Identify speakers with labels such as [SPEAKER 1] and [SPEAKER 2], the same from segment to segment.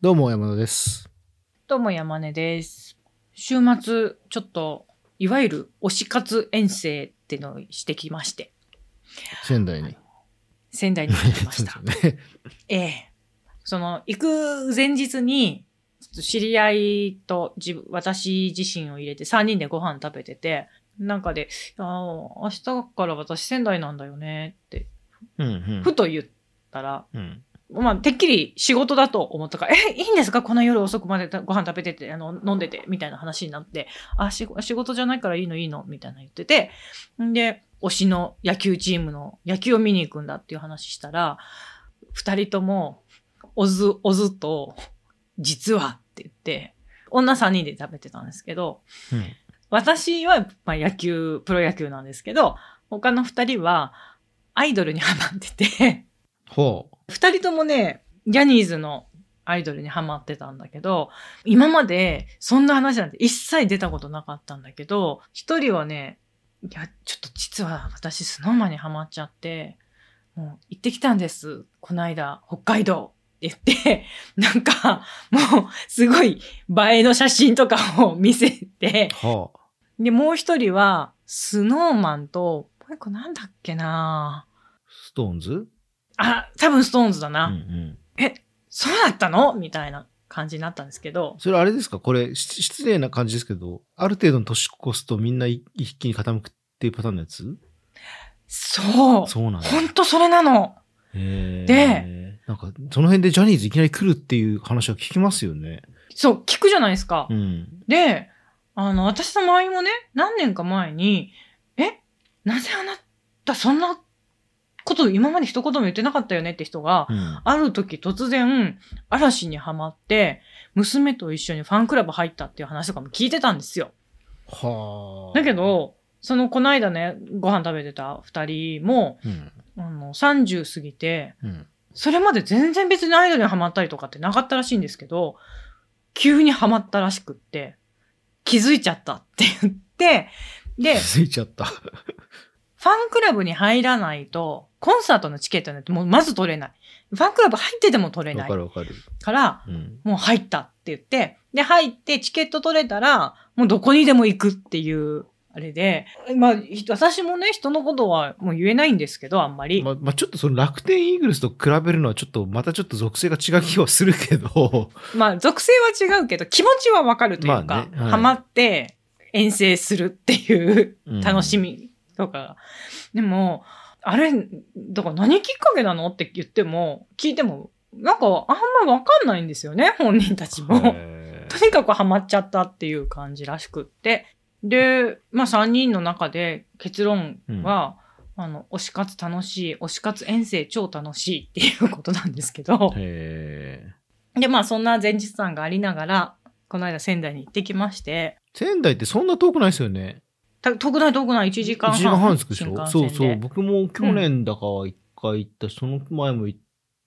[SPEAKER 1] どうも山田です。
[SPEAKER 2] どうも山根です。週末、ちょっと、いわゆる推し活遠征ってのをしてきまして、
[SPEAKER 1] 仙台に。
[SPEAKER 2] 仙台に行ってきま した
[SPEAKER 1] そう。ですよね
[SPEAKER 2] ええ。その、行く前日に、ちょっと知り合いと自分、私自身を入れて3人でご飯食べてて、なんかで、あー明日から私仙台なんだよねって、
[SPEAKER 3] うん
[SPEAKER 2] ふと言ったら、
[SPEAKER 3] うんうん
[SPEAKER 2] まあ、てっきり仕事だと思ったから、え、いいんですかこの夜遅くまでご飯食べてて、あの、飲んでて、みたいな話になって、あ、仕仕事じゃないからいいのいいの、みたいな言ってて、んで、推しの野球チームの野球を見に行くんだっていう話したら、二人とも、おず、おずと、実はって言って、女三人で食べてたんですけど、
[SPEAKER 3] うん
[SPEAKER 2] 私は、まあ、野球、プロ野球なんですけど、他の二人は、アイドルにハマってて、
[SPEAKER 1] ほ
[SPEAKER 2] 二人ともね、ジャニーズのアイドルにハマってたんだけど、今までそんな話なんて一切出たことなかったんだけど、一人はね、いや、ちょっと実は私スノーマンにハマっちゃって、もう行ってきたんです。この間、北海道って言って、 なんか、もうすごい映えの写真とかを見せて
[SPEAKER 1] う。、ほ
[SPEAKER 2] で、もう一人は、スノーマンと、もう一個なんだっけな
[SPEAKER 1] う。ストーンズ
[SPEAKER 2] あ、多分ストーンズだ
[SPEAKER 3] う
[SPEAKER 2] な。
[SPEAKER 3] ん
[SPEAKER 2] そうだったのみたいな感じになったんですけど、
[SPEAKER 1] それあれですかこれ、し失礼な感じですけど、ある程度の年越すとみんない一気に傾くっていうパターンのやつ
[SPEAKER 2] そう。
[SPEAKER 1] そうなんだ。
[SPEAKER 2] ほんとそれなの。
[SPEAKER 3] うん
[SPEAKER 2] で
[SPEAKER 1] なんか、その辺でジャニーズいきなり来るっていう話は聞きますよね。
[SPEAKER 2] そう、聞くじゃないですか。
[SPEAKER 1] うん。
[SPEAKER 2] で、あの、私の周りもね、何年か前に、えなぜあなたそんなこと今まで一言も言ってなかったよねって人が、
[SPEAKER 3] うん
[SPEAKER 2] ある時突然、嵐にハマって、娘と一緒にファンクラブ入ったっていう話とかも聞いてたんですよ。
[SPEAKER 1] はあ。
[SPEAKER 2] だけ、ど、その、この間ね、ご飯食べてた二人も、
[SPEAKER 1] うん。
[SPEAKER 2] あの、30過ぎて、
[SPEAKER 1] うん。
[SPEAKER 2] それまで全然別にアイドルにハマったりとかってなかったらしいんですけど、急にハマったらしくって、気づいちゃったって言って、
[SPEAKER 1] 気
[SPEAKER 2] で、
[SPEAKER 1] づいちゃった。
[SPEAKER 2] ファンクラブに入らないと、コンサートのチケットなんてもうまず取れない。ファンクラブ入ってても取れ
[SPEAKER 1] わ
[SPEAKER 2] ない
[SPEAKER 1] かるわかる。
[SPEAKER 2] から、
[SPEAKER 1] うん。
[SPEAKER 2] もう入ったって言って、で、入ってチケット取れたら、もうどこにでも行くっていう、あれで、まあ、ひ私もね、人のことはもう言えないんですけど、あんまり。
[SPEAKER 1] ま、まあ、ちょっとその楽天イーグルスと比べるのはちょっと、またちょっと属性が違う気はするけど、
[SPEAKER 2] まあ、属性は違うけど、気持ちはわかるという
[SPEAKER 1] まあ
[SPEAKER 2] か、
[SPEAKER 1] ねはい
[SPEAKER 2] ハマって遠征するっていう
[SPEAKER 3] うん
[SPEAKER 2] 楽しみとか。でも、あれ、だから何きっかけなのって言っても、聞いても、なんかあんまわかんないんですよね、本人たちも。
[SPEAKER 1] へー
[SPEAKER 2] とにかくハマっちゃったっていう感じらしくって。で、まあ3人の中で結論は、あの、推し活楽しい、推し活遠征超楽しいっていうことなんですけど。
[SPEAKER 3] へえ
[SPEAKER 2] で、まあそんな前日談がありながら、この間仙台に行ってきまして、
[SPEAKER 1] 仙台ってそんな遠くないですよね。
[SPEAKER 2] た遠くない遠くない、1時間
[SPEAKER 1] 1
[SPEAKER 2] 半。
[SPEAKER 1] 時間半着くでしょ
[SPEAKER 2] 新幹
[SPEAKER 1] そ
[SPEAKER 2] 線
[SPEAKER 1] う
[SPEAKER 2] で
[SPEAKER 1] そう。僕も去年だかは一回行ったし、その前も行っ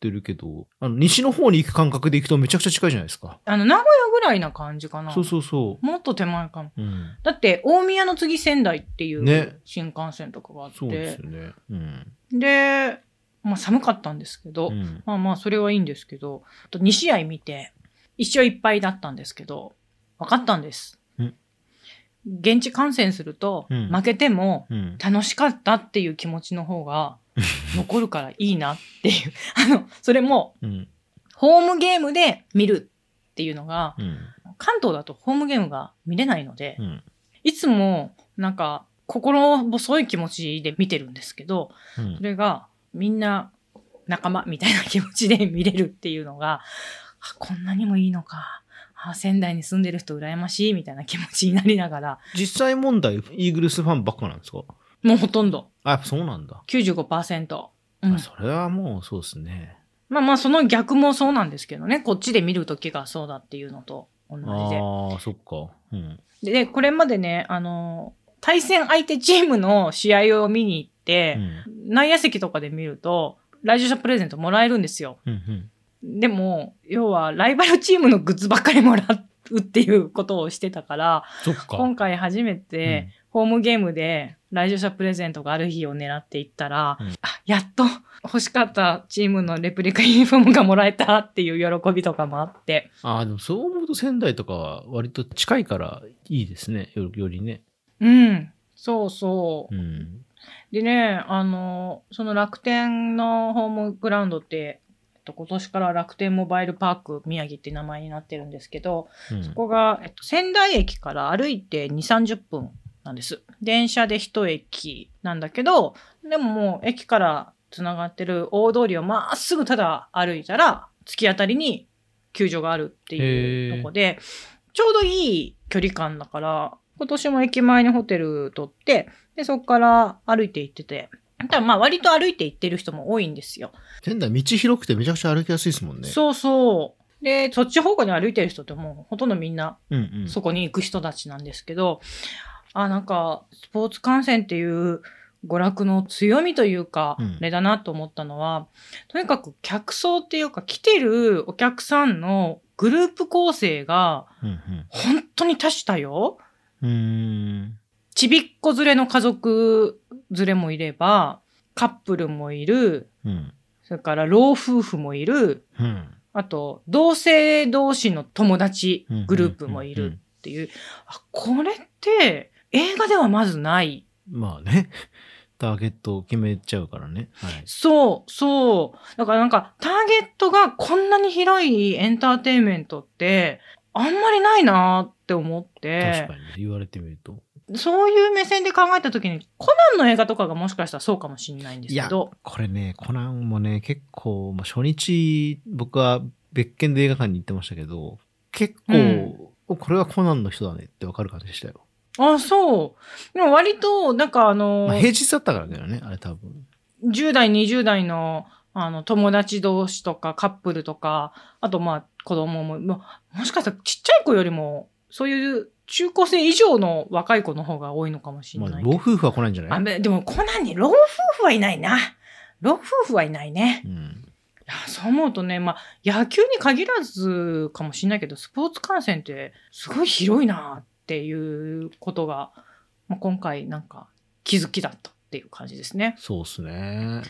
[SPEAKER 1] てるけど、あの、西の方に行く感覚で行くとめちゃくちゃ近いじゃないですか。
[SPEAKER 2] あの、名古屋ぐらいな感じかな。
[SPEAKER 1] そうそうそ
[SPEAKER 2] もっと手前かも。
[SPEAKER 1] う。うん。
[SPEAKER 2] だって、大宮の次仙台ってい
[SPEAKER 1] ね
[SPEAKER 2] う新幹線とかがあって、
[SPEAKER 1] そうですよね。
[SPEAKER 3] うん
[SPEAKER 2] で、まあ寒かったんですけど、
[SPEAKER 3] うん
[SPEAKER 2] まあまあそれはいいんですけど、あと2試合見て、一勝1敗だったんですけど、分かったんです
[SPEAKER 3] うん。
[SPEAKER 2] 現地観戦すると、
[SPEAKER 3] うん
[SPEAKER 2] 負けても、
[SPEAKER 3] うん
[SPEAKER 2] 楽しかったっていう気持ちの方が残るからいいなっていう。 あの、それも
[SPEAKER 3] うん
[SPEAKER 2] ホームゲームで見るっていうのが、
[SPEAKER 3] うん
[SPEAKER 2] 関東だとホームゲームが見れないので、
[SPEAKER 3] うん
[SPEAKER 2] いつもなんか心細い気持ちで見てるんですけど、
[SPEAKER 3] うん
[SPEAKER 2] それがみんな仲間みたいな気持ちで見れるっていうのが、あこんなにもいいのか。あ仙台に住んでる人羨ましいみたいな気持ちになりながら、
[SPEAKER 1] 実際問題、イーグルスファンばっかなんですか
[SPEAKER 2] もうほとんど
[SPEAKER 1] あ、やっぱそうなんだ。
[SPEAKER 2] 95%。うん
[SPEAKER 1] あそれはもうそうですね。
[SPEAKER 2] まあまあその逆もそうなんですけどね、こっちで見るときがそうだっていうのと同じ
[SPEAKER 1] ああ、そっか。うん。
[SPEAKER 2] で。で、これまでね、あの、対戦相手チームの試合を見に行っ
[SPEAKER 3] う
[SPEAKER 2] て、
[SPEAKER 3] ん
[SPEAKER 2] 内野席とかで見ると、来場者プレゼントもらえるんですよ。
[SPEAKER 3] うん
[SPEAKER 2] でも、要はライバルチームのグッズばっかりもらうっていうことをしてたから、
[SPEAKER 3] そっか。
[SPEAKER 2] 今回初めて、ホームゲームで来場者プレゼントがある日を狙っていったら、
[SPEAKER 3] うん
[SPEAKER 2] あやっと 欲しかったチームのレプリカユニフォームがもらえたっていう喜びとかもあって、
[SPEAKER 3] ああ、でもそう思うと仙台とかは割と近いからいいですね。よよりね。
[SPEAKER 2] うん、そうそう。
[SPEAKER 3] うん。
[SPEAKER 2] でね、あの、その楽天のホームグラウンドって、えっと今年から楽天モバイルパーク宮城って名前になってるんですけど、
[SPEAKER 3] うん
[SPEAKER 2] ここが、えっと、仙台駅から歩いて2、30分なんです。電車で1駅なんだけど、でももう駅から繋がってる大通りをまっすぐただ歩いたら、突き当たりに球場があるっていうとこで、ちょうどいい距離感だから、今年も駅前にホテル取って、で、そこから歩いて行ってて、ただまあ割と歩いて行ってる人も多いんですよ。
[SPEAKER 1] 仙台道広くてめちゃくちゃ歩きやすいですもんね。
[SPEAKER 2] そうそう。で、そっち方向に歩いてる人ってもうほとんどみんな
[SPEAKER 1] う。うんうん。
[SPEAKER 2] そこに行く人たちなんですけど、あ、なんか、スポーツ観戦っていう娯楽の強みというか、
[SPEAKER 1] うん
[SPEAKER 2] あれだなと思ったのは、とにかく客層っていうか、来てるお客さんのグループ構成が
[SPEAKER 1] うん
[SPEAKER 2] 本当に多種多様
[SPEAKER 1] うん。うーん。
[SPEAKER 2] ちびっこ連れの家族連れもいれば、カップルもいる、
[SPEAKER 1] うん。
[SPEAKER 2] それから老夫婦もいる、
[SPEAKER 1] うん。
[SPEAKER 2] あと、同性同士の友達
[SPEAKER 1] うん
[SPEAKER 2] グループもいるっていう、あこれって映画ではまずない。
[SPEAKER 1] まあね。ターゲットを決めちゃうからね。はい。
[SPEAKER 2] そう、そう。だからなんか、ターゲットがこんなに広いエンターテインメントって、あんまりないなーって思って
[SPEAKER 1] 確か、にね、言われてみると。
[SPEAKER 2] そういう目線で考えた時に、コナンの映画とかがもしかしたらそうかもしれないんですけど、
[SPEAKER 1] これね、コナンもね、結構、まあ、初日、僕は別件で映画館に行ってましたけど、結構、
[SPEAKER 2] うん
[SPEAKER 1] おこれはコナンの人だねってわかる感じでしたよ。
[SPEAKER 2] あ、そう。でも割と、なんかあのー、
[SPEAKER 1] まあ、平日だったからだよね、あれ多分。
[SPEAKER 2] 10代、20代の、あの、友達同士とかカップルとか、あとまあ子供も、ももしかしたらちっちゃい子よりも、そういう中高生以上の若い子の方が多いのかもしれ
[SPEAKER 1] まあ、
[SPEAKER 2] ないけ
[SPEAKER 1] 老
[SPEAKER 2] ど。
[SPEAKER 1] 夫婦は来ないんじゃ
[SPEAKER 2] あ
[SPEAKER 1] ない
[SPEAKER 2] めでもコナンに老夫婦はいないな。老夫婦はいないね。
[SPEAKER 1] うん。
[SPEAKER 2] いやそう思うとね、まあ野球に限らずかもしれないけど、スポーツ観戦ってすごい広いなっていうことが、まあ、今回なんか気づきだったっていう感じですね。
[SPEAKER 1] そうっすね。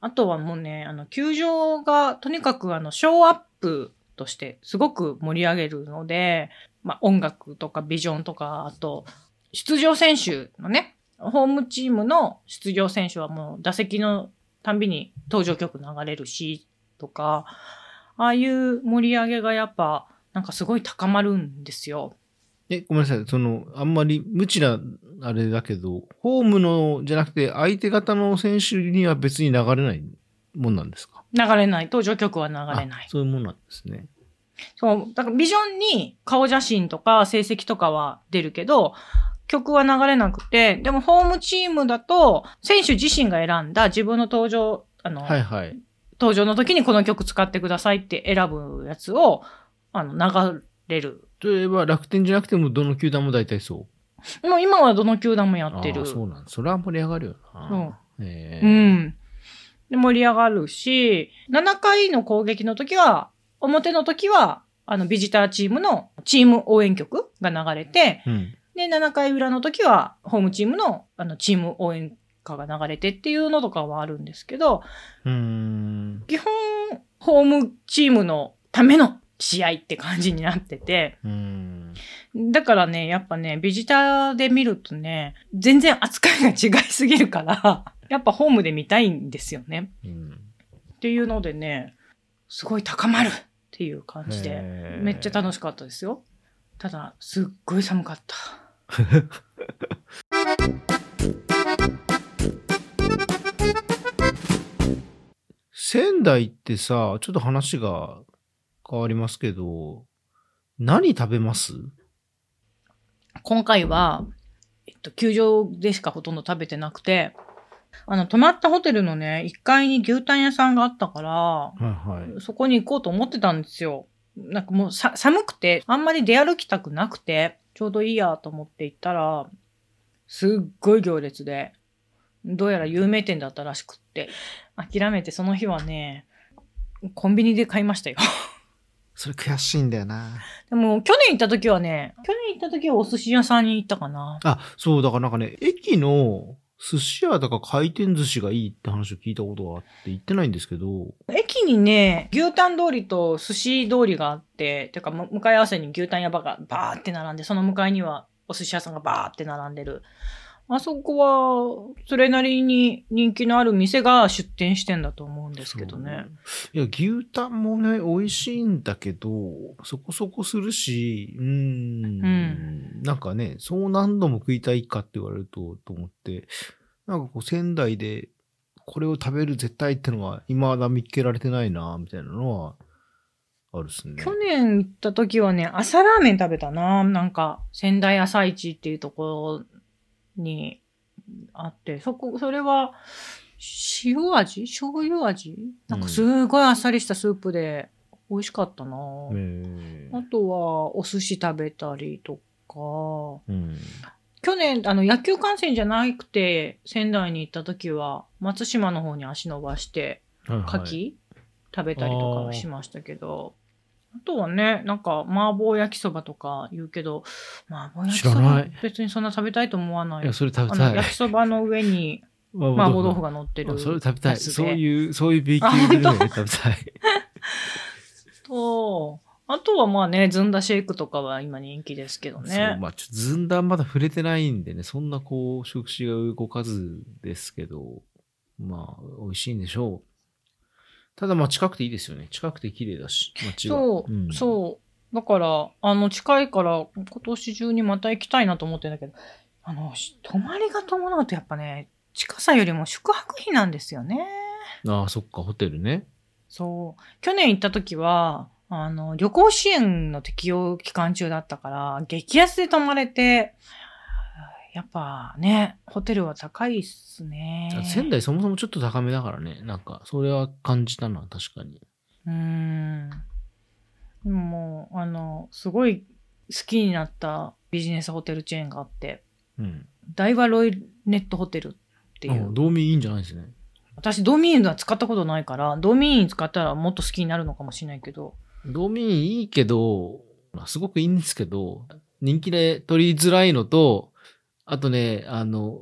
[SPEAKER 2] あとはもうね、あの、球場がとにかくあの、ショーアップとしてすごく盛り上げるので、まあ音楽とかビジョンとか、あと、出場選手のね、ホームチームの出場選手はもう打席のたんびに登場曲流れるし、とか、ああいう盛り上げがやっぱ、なんかすごい高まるんですよ。
[SPEAKER 1] え、ごめんなさい。その、あんまり無知な、あれだけど、ホームの、じゃなくて、相手方の選手には別に流れないもんなんですか
[SPEAKER 2] 流れない。登場曲は流れない
[SPEAKER 1] あ。そういうもんなんですね。
[SPEAKER 2] そう、だからビジョンに顔写真とか成績とかは出るけど、曲は流れなくて、でもホームチームだと、選手自身が選んだ自分の登場、あの、
[SPEAKER 1] はいはい。
[SPEAKER 2] 登場の時にこの曲使ってくださいって選ぶやつを、あの、流れる。
[SPEAKER 1] 例えば、楽天じゃなくても、どの球団も大体そう。
[SPEAKER 2] もう今はどの球団もやって
[SPEAKER 1] あ
[SPEAKER 2] る。
[SPEAKER 1] あそうなんそれは盛り上がるよな。え
[SPEAKER 2] う
[SPEAKER 1] え
[SPEAKER 2] ん。で、盛り上がるし、7回の攻撃の時は、表の時は、あの、ビジターチームのチーム応援曲が流れて、
[SPEAKER 1] うん。
[SPEAKER 2] で、7回裏の時は、ホームチームの、あの、チーム応援歌が流れてっていうのとかはあるんですけど、
[SPEAKER 1] うーん。
[SPEAKER 2] 基本、ホームチームのための試合って感じになってて、
[SPEAKER 1] うーん。
[SPEAKER 2] だからね、やっぱね、ビジターで見るとね、全然扱いが違いすぎるから、 やっぱホームで見たいんですよね。
[SPEAKER 1] うん。
[SPEAKER 2] っていうのでね、すごい高まるっていう感じで、
[SPEAKER 1] ええ
[SPEAKER 2] めっちゃ楽しかったですよ。ただ、すっごい寒かった。
[SPEAKER 1] 仙台ってさ、ちょっと話が変わりますけど、何食べます
[SPEAKER 2] 今回は、えっと、球場でしかほとんど食べてなくて、あの、泊まったホテルのね、1階に牛タン屋さんがあったから、
[SPEAKER 1] はいはい。
[SPEAKER 2] そこに行こうと思ってたんですよ。なんかもうさ、寒くて、あんまり出歩きたくなくて、ちょうどいいやと思って行ったら、すっごい行列で、どうやら有名店だったらしくって、諦めてその日はね、コンビニで買いましたよ。
[SPEAKER 4] それ悔しいんだよな。
[SPEAKER 2] でも、去年行った時はね、去年行った時はお寿司屋さんに行ったかな。
[SPEAKER 1] あ、そう、だからなんかね、駅の寿司屋だか回転寿司がいいって話を聞いたことがあって、行ってないんですけど、
[SPEAKER 2] 駅にね、牛タン通りと寿司通りがあって、てか、む向かい合わせに牛タン屋場がバーって並んで、その向かいにはお寿司屋さんがバーって並んでる。あそこは、それなりに人気のある店が出店してんだと思うんですけどね。
[SPEAKER 1] いや、牛タンもね、美味しいんだけど、そこそこするし、うーん、
[SPEAKER 2] うん
[SPEAKER 1] なんかね、そう何度も食いたいかって言われると、と思って、なんかこう仙台でこれを食べる絶対ってのは未だ見つけられてないな、みたいなのは、あるっすね。
[SPEAKER 2] 去年行った時はね、朝ラーメン食べたな。なんか、仙台朝市っていうところにあって、そこ、それは、塩味醤油味なんかすごいあっさりしたスープで美味しかったな。
[SPEAKER 1] え
[SPEAKER 2] あとは、お寿司食べたりとか、
[SPEAKER 1] うん。
[SPEAKER 2] 去年、あの、野球観戦じゃなくて、仙台に行った時は、松島の方に足伸ばして、
[SPEAKER 1] はいはい
[SPEAKER 2] 牡蠣、食べたりとかはしましたけど、あとはね、なんか、麻婆焼きそばとか言うけど、麻婆焼きそ
[SPEAKER 3] 知らな
[SPEAKER 2] ば
[SPEAKER 3] い
[SPEAKER 2] 別にそんな食べたいと思わないい。
[SPEAKER 3] や、それ食
[SPEAKER 2] あ
[SPEAKER 3] べたい。
[SPEAKER 2] の 焼きそばの上に麻
[SPEAKER 3] 麻
[SPEAKER 2] 婆豆腐が乗ってる
[SPEAKER 3] あ。それ食べた
[SPEAKER 2] や
[SPEAKER 3] い。
[SPEAKER 2] つで
[SPEAKER 3] そういう、そういう B 級グルメ食べたい。
[SPEAKER 2] と、あとはまあね、ずんだシェイクとかは今人気ですけど
[SPEAKER 3] そう、
[SPEAKER 2] ね。
[SPEAKER 3] まあ、ちょっとずんだんまだ触れてないんでね、そんなこう、食事が動かずですけど、まあ、美味しいんでしょう。ただまあ、近くていいですよね。近くて綺麗だし、街が。
[SPEAKER 2] そう、
[SPEAKER 3] ん
[SPEAKER 2] そう。だから、あの、近いから、今年中にまた行きたいなと思ってるんだけど、あの、し泊まりが伴うとやっぱね、近さよりも宿泊費なんですよね。
[SPEAKER 3] ああ、そっか、ホテルね。
[SPEAKER 2] そう。去年行った時は、あの、旅行支援の適用期間中だったから、激安で泊まれて、やっぱね、ホテルは高いっすね。
[SPEAKER 3] 仙台そもそもちょっと高めだからね。なんか、それは感じたな、確かに。
[SPEAKER 2] うーん。でももう、あの、すごい好きになったビジネスホテルチェーンがあって、
[SPEAKER 3] うん。
[SPEAKER 2] 大和ロイネットホテルっていう。
[SPEAKER 3] 道民いいんじゃないですね。
[SPEAKER 2] 私、ドミーインは使ったことないから、ドミーイン使ったらもっと好きになるのかもしれないけど。
[SPEAKER 3] 道民いいけど、まあすごくいいんですけど、人気で取りづらいのと、あとね、あの、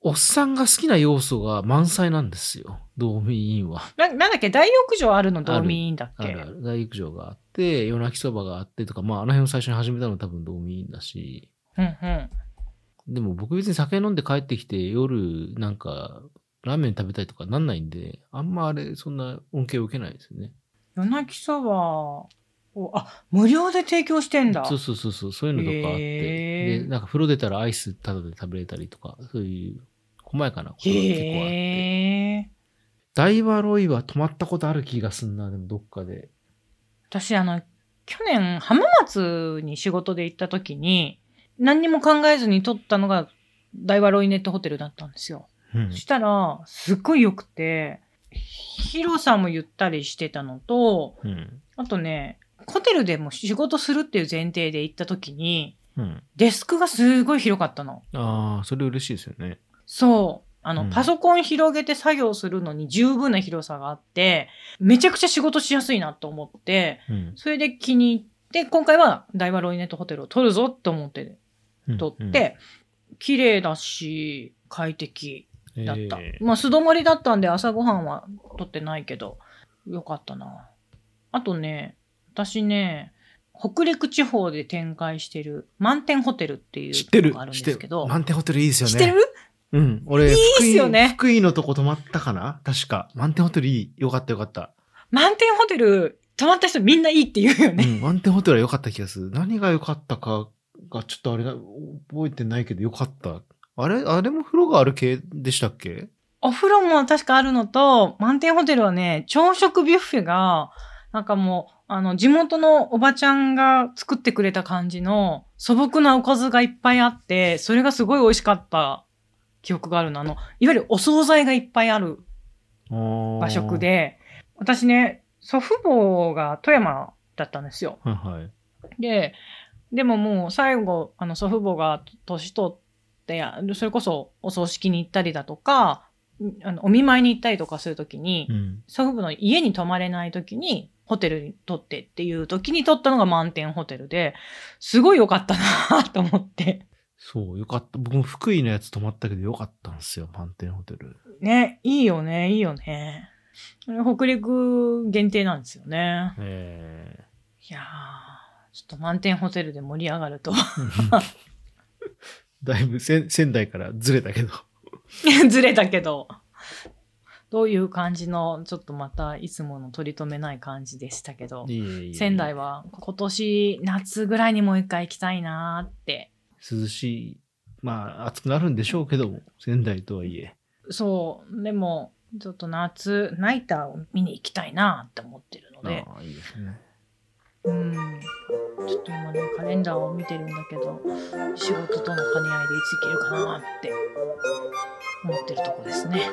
[SPEAKER 3] おっさんが好きな要素が満載なんですよ。道民院は。
[SPEAKER 2] な、なんだっけ大浴場あるのドミーインだっ
[SPEAKER 3] あ
[SPEAKER 2] け
[SPEAKER 3] るある。大陸城があって、夜泣きそばがあってとか、まあ、あの辺を最初に始めたの多分道民院だし。
[SPEAKER 2] うんうん。
[SPEAKER 3] でも僕別に酒飲んで帰ってきて夜なんかラーメン食べたいとかなんないんで、あんまあれそんな恩恵を受けないですよね。
[SPEAKER 2] 夜泣きそばを、あ、無料で提供してんだ。
[SPEAKER 3] そうそうそうそう、そういうのとかあって、
[SPEAKER 2] へー
[SPEAKER 3] で、なんか風呂出たらアイスタダで食べれたりとか、そういう細やかなことが結構あって。
[SPEAKER 2] へえ。
[SPEAKER 3] ダイバロイは泊まったことある気がすんな、でもどっかで。
[SPEAKER 2] 私、あの、去年、浜松に仕事で行った時に、何にも考えずに取ったのが、大和ロイネットホテルだったんですよ。
[SPEAKER 3] うん
[SPEAKER 2] そしたら、すっごい良くて、広さもゆったりしてたのと、
[SPEAKER 3] うん。
[SPEAKER 2] あとね、ホテルでも仕事するっていう前提で行った時に、
[SPEAKER 3] うん。
[SPEAKER 2] デスクがすごい広かったの。
[SPEAKER 3] ああ、それ嬉しいですよね。
[SPEAKER 2] そう。あの、
[SPEAKER 3] うん
[SPEAKER 2] パソコン広げて作業するのに十分な広さがあって、めちゃくちゃ仕事しやすいなと思って、
[SPEAKER 3] うん。
[SPEAKER 2] それで気に入って、今回は大和ロイネットホテルを取るぞと思って
[SPEAKER 3] うん
[SPEAKER 2] 取って、綺麗だし、快適。だった。
[SPEAKER 3] えー
[SPEAKER 2] まあ素泊まりだったんで朝ごはんは取ってないけど、よかったな。あとね、私ね、北陸地方で展開してる満点ホテルっていう
[SPEAKER 4] 知ってる
[SPEAKER 2] のがあるん
[SPEAKER 4] 知っ
[SPEAKER 2] で
[SPEAKER 4] て
[SPEAKER 2] すけ
[SPEAKER 4] る。
[SPEAKER 2] ど、
[SPEAKER 4] 満点ホテルいいですよね。
[SPEAKER 2] 知ってる
[SPEAKER 1] うん。俺、
[SPEAKER 2] いいっすよね
[SPEAKER 1] 福井福井のとこ泊まったかな確か。満点ホテルいい。よかったよかった。
[SPEAKER 2] 満点ホテル泊まった人みんないいって言うよ
[SPEAKER 1] う
[SPEAKER 2] ね。
[SPEAKER 1] ん。満点ホテルは良かった気がする。何が良かったかがちょっとあれだ、覚えてないけど良かった。あれ、あれも風呂がある系でしたっけ
[SPEAKER 2] お風呂も確かあるのと、満点ホテルはね、朝食ビュッフェが、なんかもう、あの、地元のおばちゃんが作ってくれた感じの素朴なおかずがいっぱいあって、それがすごい美味しかった記憶があるの。あの、いわゆるお惣菜がいっぱいある
[SPEAKER 1] 和
[SPEAKER 2] 和食。で、私ね、祖父母が富山だったんですよ。
[SPEAKER 1] はいはい。
[SPEAKER 2] で、でももう最後、あの祖父母が年取って、あそれこそお葬式に行ったりだとか、んあのお見舞いに行ったりとかするときに、
[SPEAKER 1] うん。
[SPEAKER 2] 祖父母の家に泊まれないときに、ホテルに撮ってっていう時に撮ったのが満点ホテルで、すごい良かったなと思って。
[SPEAKER 1] そう、よかった。僕も福井のやつ泊まったけどよかったんですよ、満点ホテル。
[SPEAKER 2] ね、いいよね、いいよね。これ北陸限定なんですよね。
[SPEAKER 1] え
[SPEAKER 2] いやー、ちょっと満点ホテルで盛り上がると。
[SPEAKER 1] だいぶせん仙台からずれたけど。
[SPEAKER 2] ずれたけど。どういう感じの、ちょっとまたいつもの取り留めない感じでしたけど、仙台
[SPEAKER 1] は
[SPEAKER 2] は今年夏ぐらいにもう一回行きたいなーって。
[SPEAKER 1] 涼しい。まあ、暑くなるんでしょうけども、仙台とはいえ。
[SPEAKER 2] そう、でも、ちょっと夏、ナイターを見に行きたいなーって思ってるので、
[SPEAKER 1] ああ、いいですね。
[SPEAKER 2] うん。ちょっと今ね、カレンダーを見てるんだけど、仕事との兼ね合いでいつ行けるかなーって思ってるとこですね。